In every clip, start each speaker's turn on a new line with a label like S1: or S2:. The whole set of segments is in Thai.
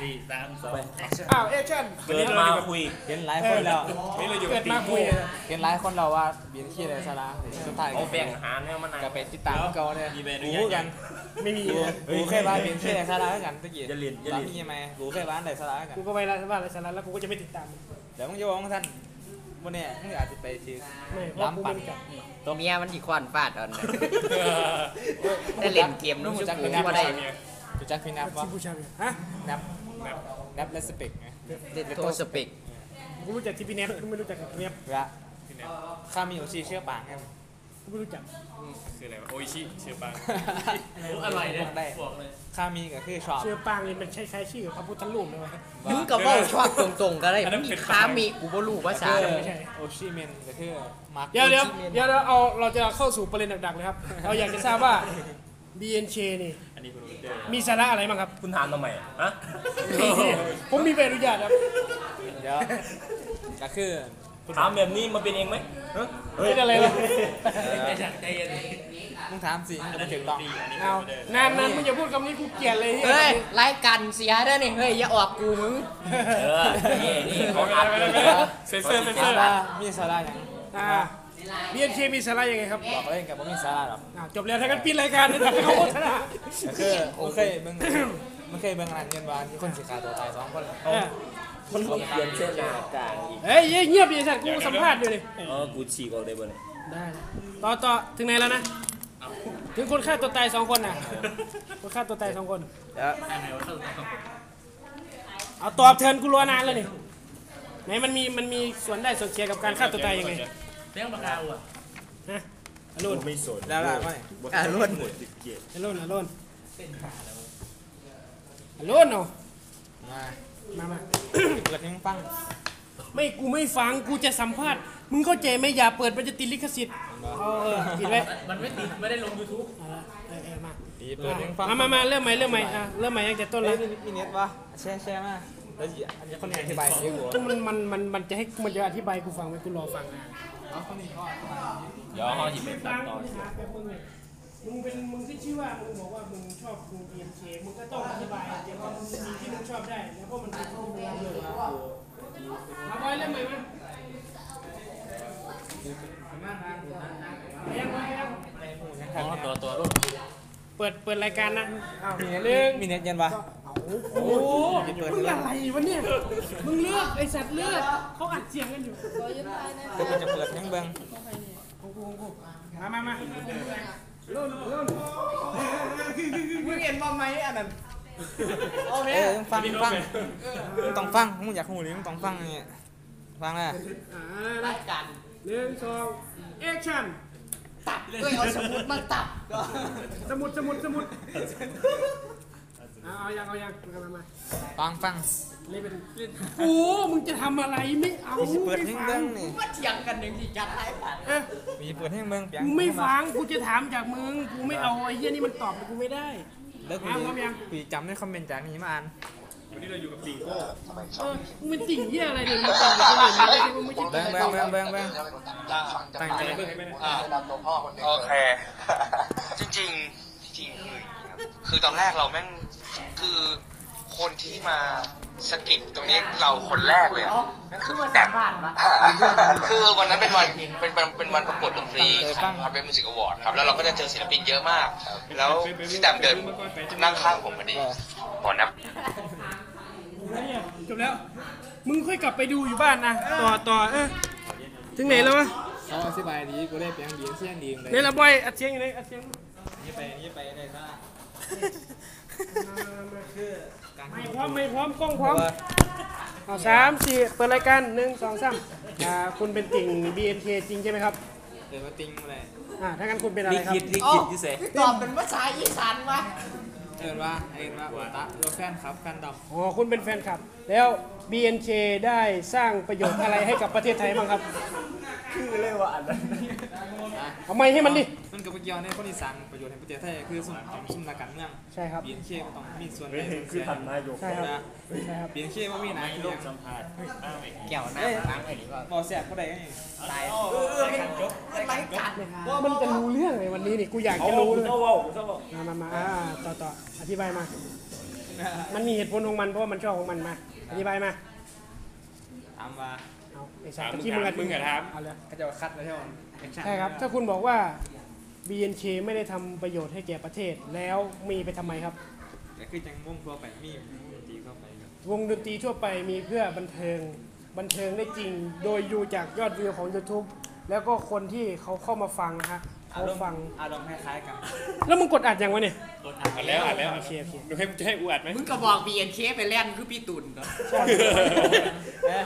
S1: สี่สามสอง
S2: อ้าวแอคชั่น
S1: วันนี้เราอยู่กับ
S3: เห็นหลายคนแล้ว
S1: นี่เราอยู่
S2: เกิ
S1: กับ
S2: ด
S1: ตี
S2: มาคุ
S1: คู่
S2: ยอะ
S3: เห็นหลายคนแล้วว่าเบียนขี้อะไรซะละสุดท้ายก็
S4: เอาแบ่งหารเนี่ยมัน
S3: ก็ไปติดตามเขาเนี่ย
S1: มีเมนู
S3: รู้กัน
S2: ไม่มี
S3: กู
S2: อะ
S3: กูแค่ว่าเบียนขี้อะไรซะละแล้วกันตะกี้
S1: อยาลินอยา
S3: ตอน
S1: ลิน
S3: นี้ไหมกูแค่ว่าอะไรซะละแล้วกัน
S2: กูก็ไปละบ้านละสาระแล้วกูก็จะไม่ติดตามมัน
S3: เดี๋ยวมึงจะบอกว่าท่านวันนี้มึงอาจจะไปถือ
S2: ไม่เพราะกูไม่รู้จัก
S4: ตรงเนี้ยมันที่ควานฟาดอ่อนนะ
S3: ได้
S4: ได้
S3: เล่
S4: เล่
S3: น
S4: น
S3: เก
S4: เก
S3: ม
S4: ม
S3: น้
S4: น้
S3: อ
S4: อง ง
S3: ช
S4: ช
S3: ม
S4: ม
S3: พู่ก็
S4: พู่ก็
S3: ได้
S4: ได้
S3: จุจักพี่นับ
S2: ชิ
S3: วะ
S2: มบูชาเบียฮะ
S3: นับนับและสเปกไง
S4: เล่นโทสเปก
S2: กูรู้จักที่พี่เน็ตกูไม่รู้จักกับเน็ต
S3: เวลาข้ามีโอชีเชื่อปากไง
S2: กูไม่รู้จัก
S1: คืออะไรวะโออิชิเชียบัง
S3: อร่อยเลยได้ข้ามีก็คือชอบ
S2: เชื่อปางนี่มันใช้ใช้ชื่อกับพระพุทธรูปเลยวะ
S4: มึงกับว่าชอบตรงๆก็ได้มึงอีกค้ามีกูบ่รู้ภาษา
S3: เออโอชิเมนก็คือมาร์ค
S2: เดี๋ยวเดี๋ยวเดี๋ยวเราเอาเราจะเข้าสู่ประเด็นหลักๆเลยครับ เราอยากจะทราบว่า BNK นี่
S1: อันนี้คุณรู้เด้อ
S2: มีสาระอะไรบ้างครับ
S1: คุณถามทำไมอะฮะ
S2: ผมมีใบอนุญาตครับ
S3: เดี๋ยวก็คือ
S1: ถามแบบนี้มันเป็นเองไหมฮะ
S2: เป็นอะไรวะ
S3: มึงถามสิมึงจะถูกต้อง
S2: เอานานๆมึงอย่าพูดคำนี้กูเกลียดเลยเฮ้
S4: เฮ้ย
S2: ย
S4: รายการเสียเด้อนี่เฮ้ยอย่าออกกูมึง
S1: เออนี่นี่เขาอัดเลยเซนเซอร์เซนเซอ
S3: ซา
S1: ร์
S3: ร่ามีซาร่ายัง
S2: อ่า BNK มีสาระยังไงครับ
S3: บอกเล่นกับว่ามีซาร่าหรอก
S2: อ่ะจบแล้วถ้ากันปิดรายการเลยแต่ไม่ เขาโฆษณา
S3: ก็คือมันเคยเบิ่งมันเคยเบิ่งงานเงินวานที่คนสิขาตัวตายสองคน
S2: เออ
S1: มันเปลี่ยนเส้นอากาศอีก
S2: เฮ้ยเงียบดิสัตว์กูสัมภาษณ์อยู่นี่
S1: เออกูฉีกออกได้บ่เนี่ย
S2: ได้ต่อต่อถึงไหนแล้วนะถึงคนฆ่าตัวตายสองคนน่ะคนฆ่าตัวตายสองคนเอาตอบเทิร์นกูรอนานแล้วนี่ไหนมันมีมันมีส่วนได้ส่วนเสียกับการฆ่าตัวตายยังไงนะอรุณ
S1: ไม่สน
S3: แล้วล่ะไม่
S4: อ่ะล้วน
S1: หมดติดเกียร
S2: อรุณอรุณอรุณเนาะ
S3: มา
S2: มา มา
S3: เกิดให้มึงฟัง
S2: ไม่กูไม่ฟังกูจะสัมภาษณ์มึงเข้าใจไหมอย่าเปิดมันจะติดลิขสิทธิ์เอาเออติดไว้มันไม่ติดไม่ได้ลง YouTube
S3: ดีเปิดให้มึงฟัง
S2: มามามาเริ่มใหม่เริ่มใหม่อ่ะเริ่มใหม่ตั้งแต่ต้นเล
S3: เฮ้ย
S2: ย
S3: มีมีเน็ตวะแชร์แชร์มาแล้วอีอันนี้คนนี้อธิบายเยอะกว่า
S2: มันมันมันมันจะให้มันจะอธิบายกูฟังไหมกูรอฟังนะ
S3: เอาคนนี้ก็
S1: เดี๋ยวเขาหยิบไปตัดต่อ
S2: มึงเป็นมึงที่ชื่อว่ามึงบอกว่ามึงชอบดู BMK มึงก็ต้องอธิบายเดี๋ยวว่ามึงมีที่มึงชอบได้แล้วพวกมันเป็นข้อมูลเลยมาบอยเริ่มใหม่มั้ยยังไงยัง
S3: อ๋อตัวตัว
S2: เปิดเปิดรายการนะ
S3: มี
S2: ห
S3: เน็
S2: นึ่
S3: ต
S2: ง
S3: มีเน็ตยันวะ
S2: โอ้โหมึงอะไรวะเนี่ย มึงเลือกไอสัตว์เลือกเขาอัดเสียงกันอยู่
S3: ก็มันจะเปิดให้มึงเบิ่ง
S2: มามามา
S4: มึงเห็นบ่ไหมอันนั้น
S3: เออมึงฟังมึงฟังมึงต้องฟังมึงอยากหูหรือมึงต้องฟังเนี่ยฟังเลย
S2: อ่ารายการหนึ่งสองแอคชั่น
S4: ตัดเฮ้ยเอาสมุดมาตัด
S2: สมุดสมุดสมุดเอาเอายังเอายังมามามา
S3: ฟังฟัง
S2: เล่นเป็นเล่นโอ้มึงจะทำอะไรไม่เอา
S3: มีสิเปิด
S2: ไม่
S3: ให้มึง
S2: ฟั
S3: เบิ่
S2: ง
S3: งนี่
S4: มาเถียงกันหนึ่งที่จัดรายการ
S2: เอ๊ะ
S3: มีสิเปิดให้มึงเบิ่งเปียง
S2: กูไม่ฟังกูจะถามจากมึงกูไม่เอาไอ้เหี้ยนี่มันตอบกูไม่ได้
S3: แล้วกู
S2: อ้าวครับยัง
S3: กูจำได้คอมเมนต์จากนี้มาอ่าน
S1: วันนี้เราอยู่กับติงโก้
S2: เออมึงเป็นติ่งเหี้ยอะไรเนี่ยมึงตอบกูไม่ได้มึงไม่ใช่
S3: แบงแบงแบงแบงแบง
S5: ตั้งใจนำตัวพ่อคนนึง
S6: โอเค จริงจริงๆจริงๆคือคือตอนแรกเราแม่งคือคนที่มาสะกิดตรงนี้เราคนแรก เลยอะนั่นคือ
S4: มา
S6: แบ
S4: สา
S6: บ
S4: มบาทมา
S6: คือวันนั้นเป็นวันเป็นวันเป็นวันประกวดดนตรีของ Harvey Music Award ครับแล้วเราก็จะเจอศิลปินเยอะมาก แล้วพี่แตมเดินนั่งข้างผมพอดีบอนับ
S2: จบแล้ว มึงค่อยกลับไปดูอยู่บ้านนะ ต่อต่อเออถึงไหนแล้ววะ
S3: เขาอธิบายดีกูได้เปียงดีเสียงดีเลย
S2: ไหนละบอย อัดเสียงอยู่ไหนอัดเสียง
S3: นี่ไปนี่ไปได้ซะ
S2: ไม่พร้อมไม่พร้อมกล้องพร้อมเอาสามสี่เปิดรายการหนึ่งสองสามอ่าคุณเป็นติ่ง BNK จริงใช่ไหมครับ
S3: เดี๋ยวมาติงมาเลย
S2: อ่าถ้างั้นคุณเป็นอะไรครับ
S4: อ๋อตอบเป็นภาษาอีสานวะ
S3: เอินว่าเอินว่าวัตะตัวแฟนครับแฟนดำ
S2: อ๋อคุณเป็นแฟนคลับ แล้ว BNK ได้สร้างประโยชน์อะไรให้กับประเทศไทยบ้างครับ คือเลยว่าอันนั้นเอาไม่ให้มันดิ
S3: มันกับเกี่ยวในคนอีสานประโยชน์แห่งประเทศไทยคือส่วนของซุ่มนาการเมือง
S2: ใช่ครับ
S3: เบียนเคก็ต้องมีส่วนในส่วน
S1: คือ
S3: เสีย
S1: ทำนายก
S2: ใช่ครับ
S3: นะ
S2: ใช่ครับ
S3: เบียนเคว่ามีหนาที่ยัง
S4: เกี่ยวหน้าล้างไอ้นี่ว่า
S3: บอแสบก็ได้ไง
S4: ตายเป็นรายการ
S2: มันจะรู้เรื่องเลยวันนี้นี่กูอยาก
S1: เขา
S2: จะ
S1: รู้
S2: รู้เลย
S1: เขาเว้าเขาเว้า
S2: มามามาอ่าต่อต่ออธิบายมา มันมีเหตุผลของมันเพราะว่ามันชอบของมันมา อธิบายมา
S3: ถามว่า
S2: เอาไอ้สั
S1: ถาม
S2: ตว์
S1: มึง
S2: ที่มึง
S1: ถามมึงอะถาม
S2: เอาเลย
S3: เขาจะคัดแล้วใช่ไหม
S2: ใช่ครับ ถ้าคุณบอกว่า BNK ไม่ได้ทำประโยชน์ให้แก่ประเทศ แล้วมีไปทำไมครับ
S3: แต่คือจังวงทั่วไปมีวงจีทั่วไปก็
S2: วงดนตรีทั่วไปมีเพื่อบันเทิง บันเทิงได้จริง โดยดูจากยอดวิวของ YouTube แล้วก็คนที่เขาเข้ามาฟังนะฮะ
S3: อา
S2: เขา
S3: รมณ์
S2: ฟัง
S3: อารมณ์คล้ายๆกัน
S2: แล้วมึงกดอัดยังวะเนี่ย
S1: อ่านแล้วอ่านแล้ว
S2: โอเคโอเค
S1: ดูให้ให้อูอัดไหม
S4: มึงก็บอก BNK ไปแล่นคือพี่ตุนเนาะ
S3: เอ๊ะ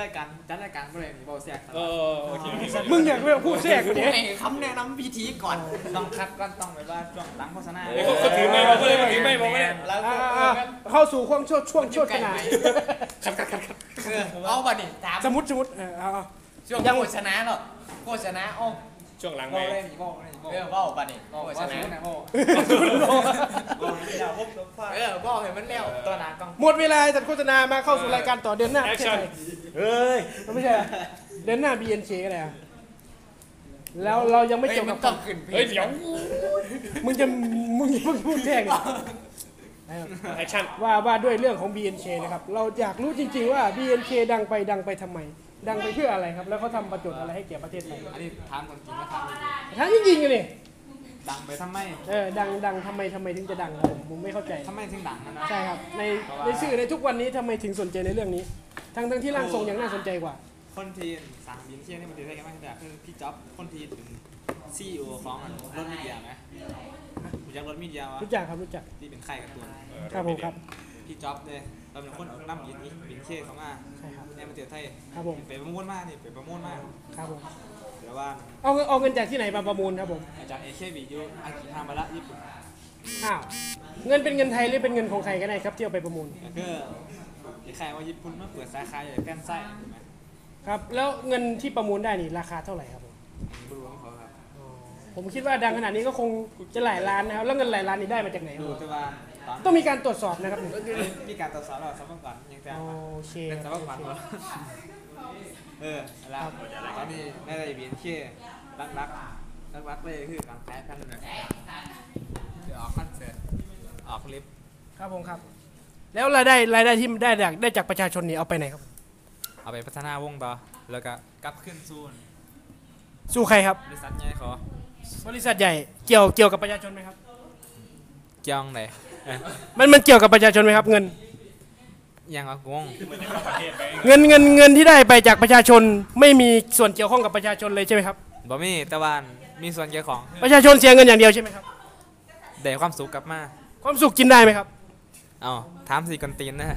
S3: รายการจัดรายการก็เลยมีเบาเสียกต
S1: เอ
S3: ลอ
S1: อ
S3: ด
S1: โอเคโอเค
S2: มึงอยากเลือกพูดแทรกกูเนี่ย
S4: ให้คำแนะนำพิธีก่อน
S3: ต้องคัดว่าต้องแบบว่าช่วงหลังโฆษณา
S1: เดี๋ยวเขาเขาถือไม่มาเลยเขาถือไม่มาเลย
S3: แล้วก็
S2: อ่าๆเข้าสู่ช่วงช่วงช่วงช่วงขนาด
S1: คัดคัดคัดคัด
S4: เออเอาบ่เนี่ยตาม
S2: สมมติสมมติเออเอาเอา
S4: ช่วงโฆษณาเนาะโฆษณาเอ้า
S1: ช่วงหลัง
S3: บ
S1: ไหม
S3: อกเลยนี่บอกเลยนี่บอก
S4: เออเว้าบ่เนี่ย
S3: บอก
S4: โฆ
S3: ว่า
S4: ษ
S3: สู
S4: ณาง
S3: นะบอกบอกให้ยาวพบลมฟ้า
S4: เออเว้าให้มันแล้ว
S3: ตัวหนากล้อง
S2: หมดเวลาจัดโฆษณามาเข้าสู่รายการต่อเดือนหน้า
S1: แอ
S2: ไม่
S1: ค
S2: ใช่
S1: ชั่น
S2: ไหม
S1: เฮ้ย
S2: ไม่ใช่เหรอเดือนหน้า BNK อะไรอ่ะแล้วเรายังไม่
S4: เฮ้ย
S2: จบ
S4: มั
S2: กัน บ
S4: ต้องขึ้นเพล
S1: เฮ้ย
S4: ง
S1: เดี๋ยว
S2: มึงจะมึงจะมึงพูดแทรกอีก
S1: แอคชั่น
S2: ว่าว่าด้วยเรื่องของ BNK นะครับเราอยากรู้จริง ๆ ว่า BNK ดังไปดังไปทำไม ดังไปเพื่ออะไรครับ แล้วเขาทำประโยชน์อะไรให้แก่ประเทศไทย
S3: อันนี้ถามคนจริงว่าถาม
S2: ทั้งจริงๆเลย
S3: ดังไปทำไม
S2: เออดังดังทำไมทำไมถึงจะดังครับผมผมไม่เข้าใจ
S3: ทำไมถึงดังนะนะ
S2: ใช่ครับ ในในสื่อในทุกวันนี้ทำไมถึงสนใจในเรื่องนี้ ทั้งทั้งที่ร่างทรงยังน่าสนใจกว่า
S3: คนที่สั่งบินเที่ยวนี่มันจะได้กันมากแต่คือพี่จ๊อบคนที่เป็นซีอีโอของรถมีเดียไหมรู้จักรถมีเดียวะ
S2: รู้จักครับรู้จัก
S3: ที่เป็นใครการ์ตูน
S2: ครับผมครับ
S3: พี่จ๊อบเลยเราเป็นคนเอาน้ำบินนี้บินเที่ยวเขามา
S2: ใช่ครับ
S3: ในประเทศไทย
S2: ครับผม
S3: ไปประมูลมากนี่ไปประมูลมาก
S2: ครับผม
S3: เดี๋ยวว่า
S2: เอาเงินเอาเงินจากที่ไหนมาประมูลครับผม
S3: อาจารย์เอเคบียูอากิฮามาระญี่ปุ่น
S2: อ้าว เงินเป็นเงินไทยหรือเป็นเงินของใครก็ได้ครับที่เอาไปประมูล
S3: ก็คือใครว่าญี่ปุ่นมาเปิดสาขาใหญ่แป้นไส้ใช่ไหม
S2: ครับ แล้วเงินที่ประมูลได้นี่ราคาเท่าไหร่ครับผม
S3: ไม่รู้ของเขาครับ
S2: ผมคิดว่าดังขนาดนี้ก็คงจะหลายล้านนะครับ แล้วเงินหลายล้านนี้ได้มาจากไหนครับ
S3: ดู
S2: ผม
S3: แต่ว่าตอน
S2: ต้องมีการตรวจสอบนะครับนี่
S3: มีการตรวจสอบเราสมัครก่อนยังแต่
S2: โอเค
S3: เป็นสำหรับขวัญเหรอเออแล้วตอนนี้ไม่ได้เบียนเช่รักรักรักรักเลยคือการแพ้พันธุ์เดี๋ยวออกคอนเสิร์ตออกคลิป
S2: ครับผมครับ แล้วรายได้รายได้ที่ได้จากได้จากประชาชนนี่เอาไปไหนครับ
S3: เอาไปพัฒนาวงต่อ แล้วก็กลับขึ้นซูน
S2: สู้ใครครับ
S3: บริษัทใหญ่เขา
S2: บริษัทใหญ่เกี่ยวเกี่ยวกับประชาชนไหมครับ
S3: เกี่ยงไหน
S2: มันมันเกี่ยวกับประชาชนไหมครับเงิน
S3: ยังออกวง
S2: เงินเงินเงินที่ได้ไปจากประชาชนไม่มีส่วนเกี่ยวข้องกับประชาชนเลยใช่ไหมครับ
S3: บ่มีแต่ว่ามีส่วนเกี่ยวของ
S2: ประชาชนเสียเงินอย่างเดียวใช่ไหมครับ
S3: ได้ความสุขกลับมา
S2: ความสุขกินได้ไหมครับ
S3: เอาถามสี่กันตีนนะ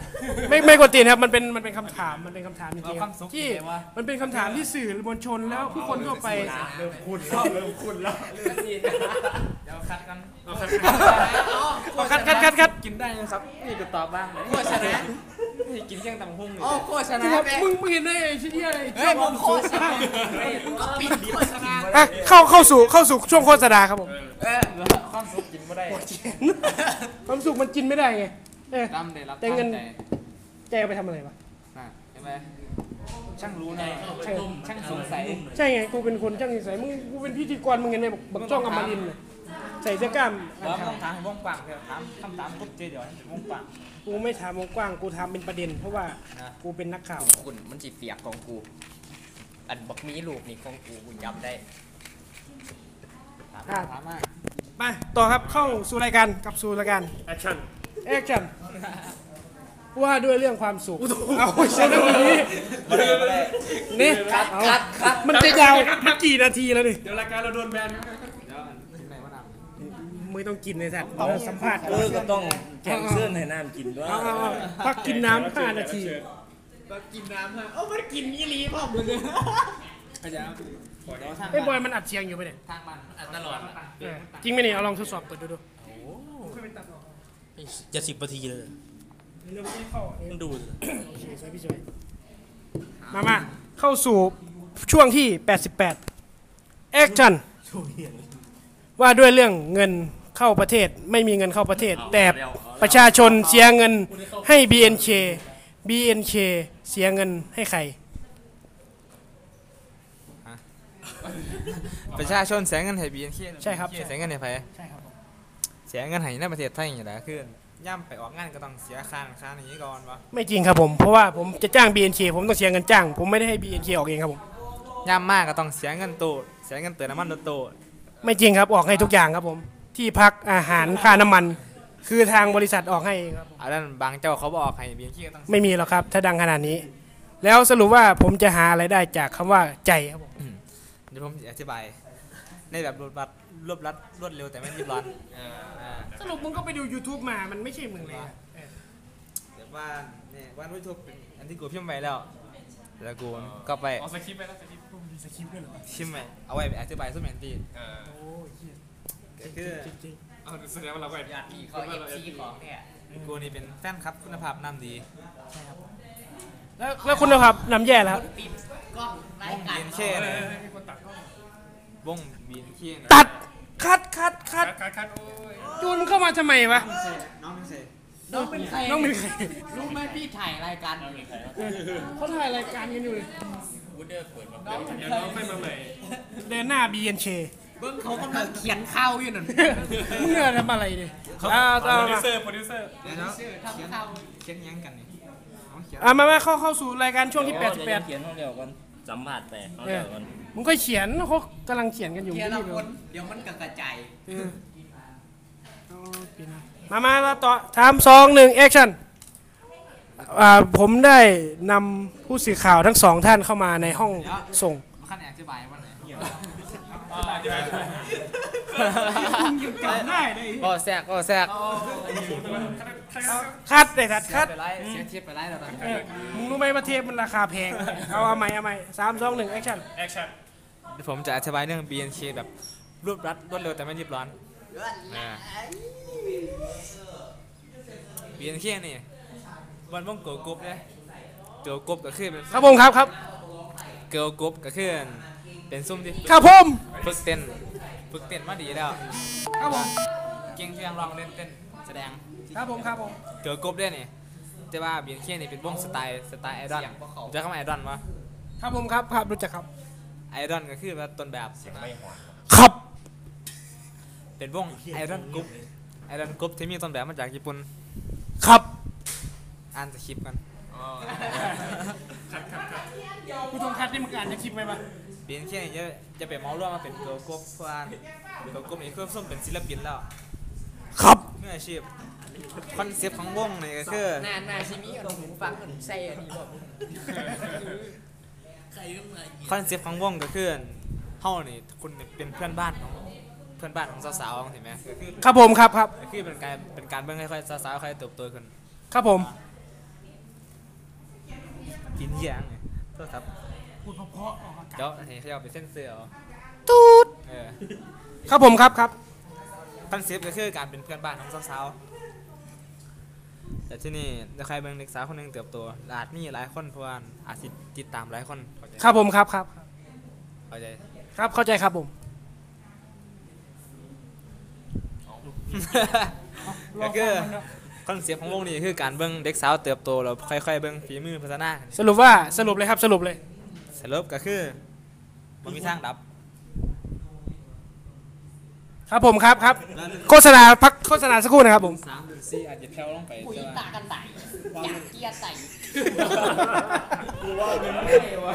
S2: ไม่ไม่กวนตีนครับมันเป็นมันเป็นคำถามมันเป็นคำถามจริง
S3: เอาความสุข
S2: ๆที่
S3: กินได้วะ
S2: มันเป็นคำถามที่สื่อมวลชนแล้วผู้คนทั่วไป
S3: เดี๋ยวคัดกัน
S2: เอาคัดคัดคัดคัด
S3: กินได้ไหมครับ นี่ก็ตอบบ้างเลย
S4: โฆษณา
S3: นี่กินเที่ยงตำบักหุ่งเลย
S4: โอ้โฆษณาแม่
S2: มึงมึงเห็นได้ไอ้ชิ้นที่อะไร
S4: เฮ้ยมึงโฆษณามึงก็ปิดโฆษณา
S2: อ่ะเข้าเข้าสู่เข้าสู่ช่วงโฆษณาครับผม
S4: เออ
S3: ความสุขกินไม่ได้
S2: ความสุขมันกินไม่ได้ไงเออ
S3: ดำได้รับ
S2: แต่เงิน
S3: ใจ
S2: แกเอาไปทำอะไรวะ
S3: น่ะเห็นไหมช่างรู้นะช่างสงสัย
S2: ใช่ไงกูเป็นคนช่างนิสัยมึงกูเป็นพิธีกรมึงเห็นไหมบอกบอกจ้องอมรินทร์น่ะใส่เสื้อกล้าม
S3: เราต้องถามวงกว้างเถอะถามคำถามปุ๊บเจเดี๋ยวให้เป็นวงกว้าง
S2: กูไม่ถามวงกว้างกูถามเป็นประเด็น เพราะว่า
S3: นะ
S2: กูเป็นนักข่าว
S4: คุณมันจีเปียกของกู อันบักมีรูปนี่ของกูกูจำได้
S3: ถามมาถามมา
S2: มา ต่อครับเข้าสู่รายการกับสู่รายการ
S1: แอคชั่น
S2: แอคชั่นว่าด้วยเรื่องความสุขเอาใช่แล้วนี้นี่เอา
S4: คัดคัด
S2: มันจะยาวมากี่นาทีแล้วนี่
S1: เดี๋ยวรายการเราโดนแบน
S3: เดี๋ยวอันที่ไหนมานำ
S2: มึงต้องกินเลยสัตว์เออสัมภาษณ์
S7: เออก็ต้องแกงเสื้อให้น้ำกินด้วย
S2: เอาเอาเอาพักกินน้ำห้านาที
S4: กินน้ำฮะโอ้มันกินยี่ลีพ่อมึง
S3: ขยับเดี๋ยวทาง
S2: ไอ้ยบ
S3: บ้า
S2: อย
S3: น
S2: มันอัดเสียงอยู่ไปะเนี่ย
S4: ทางมันอันตลอด
S2: เออจริงไหมเนี่ยเอาลองทดสอบเปิดดูดู
S7: จะสิบนาทีเลย
S2: เรื่องที่เข้า
S7: ต้องดูเลย
S2: สวยพี่สวยมา มา เข้าสู่ช่วงที่ 88 แอคชั่นว่าด้วยเรื่องเงินเข้าประเทศไม่มีเงินเข้าประเทศ แต่ประชาชนเสียเงินให้ BNK BNK เสียเงินให้ใคร
S3: ประชาชนเสียเงินให้บีเอ็นเค
S2: ใช่ครับ
S3: เสียเงินให้ไผ
S2: ใช่ครับ
S3: เสียเงินให้ในประเทศไทยอย่างไรคือ ย่ำไปออกงานก็ต้องเสียค่านั่นค่านี้ก่อนวะ
S2: ไม่จริงครับผม เพราะว่าผมจะจ้าง BNK ผมต้องเสียเงินจ้าง ผมไม่ได้ให้ BNK ออกเองครับผม
S3: ย่ำมากก็ต้องเสียเงินตูดเสียเงินเติมน้ำมันรถตูด
S2: ไม่จริงครับ ออกให้ทุกอย่างครับผม ที่พักอาหารค่าน้ำมัน คือทางบริษัทออกให้เองครับ
S3: อันนั้นบางเจ้าเขาบอกให้เบียร์ขี้ก็ต้อง
S2: ไม่มีหรอกครับ ถ้าดังขนาดนี้ แล้วสรุปว่าผมจะหาอะไรได้จากคำว่าใจครับผม
S3: เดี๋ยวผมจะอธิบาย ในแบบรวดรัดรวดรัดรวดเร็วแต่ไม่รีบร้อนอ่า
S2: สรุปมึงก็ไปดู YouTube มา มันไม่ใช่มึงเลย
S3: แต่ว่าเนี่ยว่าด้วยทุกเป็นอันที่กูพิมพ์ไปแล้ว แล้วกูก็ไป
S1: เอาสคริปต์ไปแล้วสคริปต์มีสคริปต์ด้วยเหรอ
S3: พิมพ์ไปเอาไว้ไปอธิบายส้มแอนตี้
S1: เออ
S3: ก็คือ
S1: เอาแสดงว่าเราก็แบบ
S4: นี่เขาเอฟซีของเนี่ย
S3: กูนี่เป็นแฟนคลับคุณภาพน้ำดี
S2: แล้วแล้วคุณภาพนำแย่แล้ว
S4: ปิดกล้องไร้
S3: วง
S4: กั
S3: บี
S4: น
S3: นเช่เลยวงบีนเช่นะ
S2: ตัด คัดคัดคัด
S1: คัดคัดโอ้ย
S2: จูนเข้ามาทำไมวะ
S3: น้องเป็นเซ่
S4: น้องเป็นใคร
S2: น้องเป็นใคร
S4: รู้ไหมพี่ถ่ายรายการ
S2: เขาถ่ายรายการกันอยู่
S1: เดี๋ยวเราค่อยมาใหม่
S2: เดินหน้า BNK
S4: เบิ้งเขากำลังเขียนข้าวอยู่นั่น
S2: มึงเนี่ยทำอะไรดิอ่า
S1: โป
S2: ต่อ
S1: รดิว
S2: มา
S1: เซอร์ โปรดิวเซอร์
S3: เดี๋ยวนะ
S4: ทำข้าว
S3: เขียนยังกันนี่เอาเขียน
S2: อ่ะมามาเข้าเข้าสู่รายการช่วงที่
S7: เดี๋ยวเขียนห้องเดียวกันสัมผัสแต่ห้องเดียวกัน
S2: 88 มึงก็เขียนเขากำลังเขียนกันอยู่
S4: เขียนละ
S2: ไม่
S4: ค
S2: รู้
S4: น เดี๋ยวมันกระจาย
S2: เออเอาปีหน้ามามาแล้วต่อทำสองหนึ่งแอคชั่นอ่าผมได้นำผู้สื่อข่าวทั้งสองท่านเข้ามาในห้องส่ง
S3: ขั้นแอนอธิบายว่าไหนก็แทรกก็แทรก
S2: คัดเลยคัดคัด
S3: ไปไล่เสียเทียบไปไล่เราตอนนี้
S2: เออมึงรู้ไหมว่าเทปมันราคาแพง เอาเอาใหม่เอาใหม่สามสองหนึ่งแอคชั่น
S1: แอคชั่น
S3: ผมจะอธิบายเรื่อง BNK แบบรวบรัดรวดเร็วแต่ไม่รีบร้อนอ่า BNK นี่มันว่องเกิร์ลกรุ๊ปเนี่ยเกิร์ลกรุ๊ปก็คือเป็น
S2: ครับผมครับครับ
S3: เกิร์ลกรุ๊ปก็คือเป็นซุ่มที่
S2: ครับผม
S3: ฝึกเต้นฝึกเต้นมาดีแล้วเก่งเพียงลองเล่นเต้นแสดง
S2: ครับผมครับผม
S3: เกิร์ลกรุ๊ปด้วยนี่แต่ว่าบีนเคนี่เป็นวงสไตล์สไตล์ไอดอลจะเข้ามาไอดอลวะ
S2: ครับผมครับครับรู้จักครับ
S3: ไอดอลก็คือว่าต้นแบบ
S2: ครับ
S3: เป็นวงไอดอลกรุ๊ปไอดอลกรุ๊ปที่มีต้นแบบมาจากญี่ปุ่น
S2: ครับ
S3: อ่านสคริปต์กัน
S2: กูต้องคัดที่มึงอ่านในคลิปไหมปะ
S3: บีนเคนี่จะจะเป็นเมาส์ร่วมมาเป็นเกิร์ลกรุ๊ปเพราะว่าเกิร์ลกรุ๊ปนี่คือส้มเป็นศิลปินแล้ว
S2: ครับ
S3: เมื่ออาชีพคอนเซปต์ของวงนี่ก็คือ
S4: หน้าหน้าชิมิเอาหูฟังเหมือนใส่อันนี้บอกใครก็มา
S3: คอนเซปต์ของวงก็คือเฮานี่คุณเป็นเพื่อนบ้านของเพื่อนบ้านของสาวๆเห็นไหมก็คือ
S2: ครับผมครับครับ
S3: ก็คือเป็นการเป็นการเบิ่งค่อยๆสาวๆค่อยๆเติบโตขึ้น
S2: ครับผม
S3: กินเหี้ยงไงโทษครับพูดเพราะๆเดี๋ยวอันนี้เขาจะเอาไปเส้นเสือเอา
S2: ตูด
S3: เออ
S2: ครับผมครับครับ
S3: คอนเซปต์ก็คือการเป็นเพื่อนบ้านของสาวๆแต่ที่นี่ถ้าใครเบิ่งเด็กสาวคนหนึงเติบโตอาจมีหลายคนเพราะว่าอาจสิติดตามหลายคนเข้าใจ
S2: ครับผมครับครับ
S3: เข้าใจ
S2: ครับ เข้าใจครับผม
S3: ก็คือคอนเซปต์ของวงนี้คือการเบิ่งเด็กสาวเติบโตแล้วค่อยๆเบิ่งฝีมือพัฒนา
S2: สรุปว่า สรุปเลยครับ สรุปเลย
S3: สรุปก็คือมันมีทางดับ
S2: ครับผมครับครับ โฆษณาพักโฆษณาสักครู่นะครับผม
S4: ปุ๋ยตากันใส่อยากเกียร์ใส่
S3: กูว่ามันไม่ได้วะ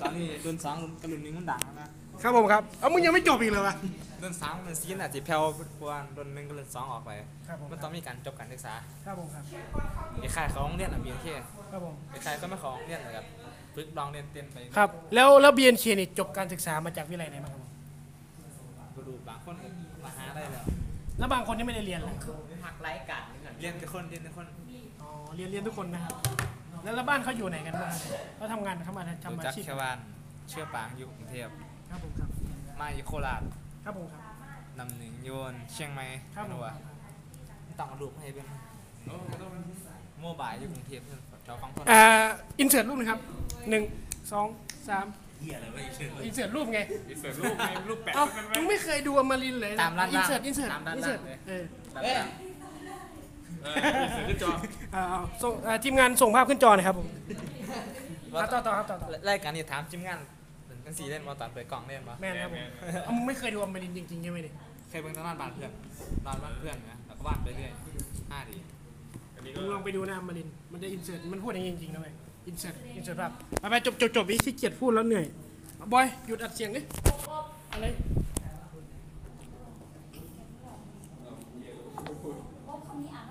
S3: ตอนนี้รุ่นสองกับรุ่นหนึ่งมันดังแล้วนะ
S2: ครับผมครับ เอ้ามึงยังไม่จบอีกเลยวะ
S3: รุ่นสามรุ่นสี่อาจจะแผ่วกว่ารุ่นหนึ่งกับรุ่นสองออกไป
S2: ครับผม
S3: มันต้องมีการจบการศึกษา
S2: ครับผมครับ
S3: ไอ้ค่ายเขาโรงเรียนอ่ะเบียนเค
S2: ครับผม
S3: ไอ้ค่ายก็ไม่ของโรงเรียนนะครับฝึกลองเรียนเต้นไป
S2: ครับ แล้วแล้ว BNK นี่จบการศึกษามาจากวิทยาลัยไหนมาครับผม
S3: ก็ดูบางคนก็มาหาได้แล้ว
S2: แล้วบางคนที่ไม่ได้เรียนล่ะ
S4: หักไร้กันนี่ก่อน
S3: เรียนกับคนเรียนกับคน
S2: อ๋อ เรียนเรียนทุกคนนะครับ แล้วแล้วบ้านเขาอยู่ไหนกันบ้างเขาทำงานเขามาทำ
S3: รู้
S2: อา
S3: จัก
S2: ชีพ
S3: แค่วานเชื่อปางอยู่กรุงเทพ
S2: ครับผมครับ
S3: มาอยู่โคราช
S2: ครับผมครับ
S3: นำหนึ่งโยน เชียงใหม่
S2: ครับผม
S3: หนัวต้องเอารูปให้เป็นโมบายอยู่กรุงเทพเพื่อนเราฟังคน
S2: อ่าอินเสิร์ตรูปหนะครับหนึ่งสองสามอินเสิร์ตรูปไง
S1: อินเสิร์ตรูปในรูปแปะ
S2: เอ้า
S1: เป็น
S2: มึงไม่เคยดูอมรินทร์เลย
S3: ตามร้าน
S2: อิน
S3: ล่าง
S2: เสิร์ตอินเสิร์ต
S3: ตามร้าน
S2: อินเสิร์ต
S3: ล่างเลย
S2: เออ
S3: แบบ
S4: เอ๊ะ
S1: เอออินเสิร์ตขึ้นจอ
S2: เอาเอาส่งอ่าทีมงานส่งภาพขึ้นจอหน่อยครับผม
S3: ว่า
S2: อ่ะต่อต่อครับต่อต่อ
S3: รายการนี่ถามจิ้มงานเหมือนกันสีเล่นมาตอนเปิดกล่องเล่นมา
S2: แม่นครับผมเอามึงไม่เคยดูอมรินทร์จริงๆใช่ไหมเนี่ย
S3: เคยเบิ่งตอนนอนบ้านเพื่อนนอนบ้านเพื่อนนะแบบ วาดไปเรื่อยห้าที
S1: อันนี้
S2: มึ
S1: ก็
S2: งลองไปดูนะอมรินทร์มันจะอินเสิร์ตมันพูดอย่างนี้จริงๆนะเว้ยอินเสิร์ตอินเสิร์ตภาพไปไปจบจบจบไอ้ที่เกียจพูดแล้วเหนื่อยบอยหยุดอัดเสียงดิอะไร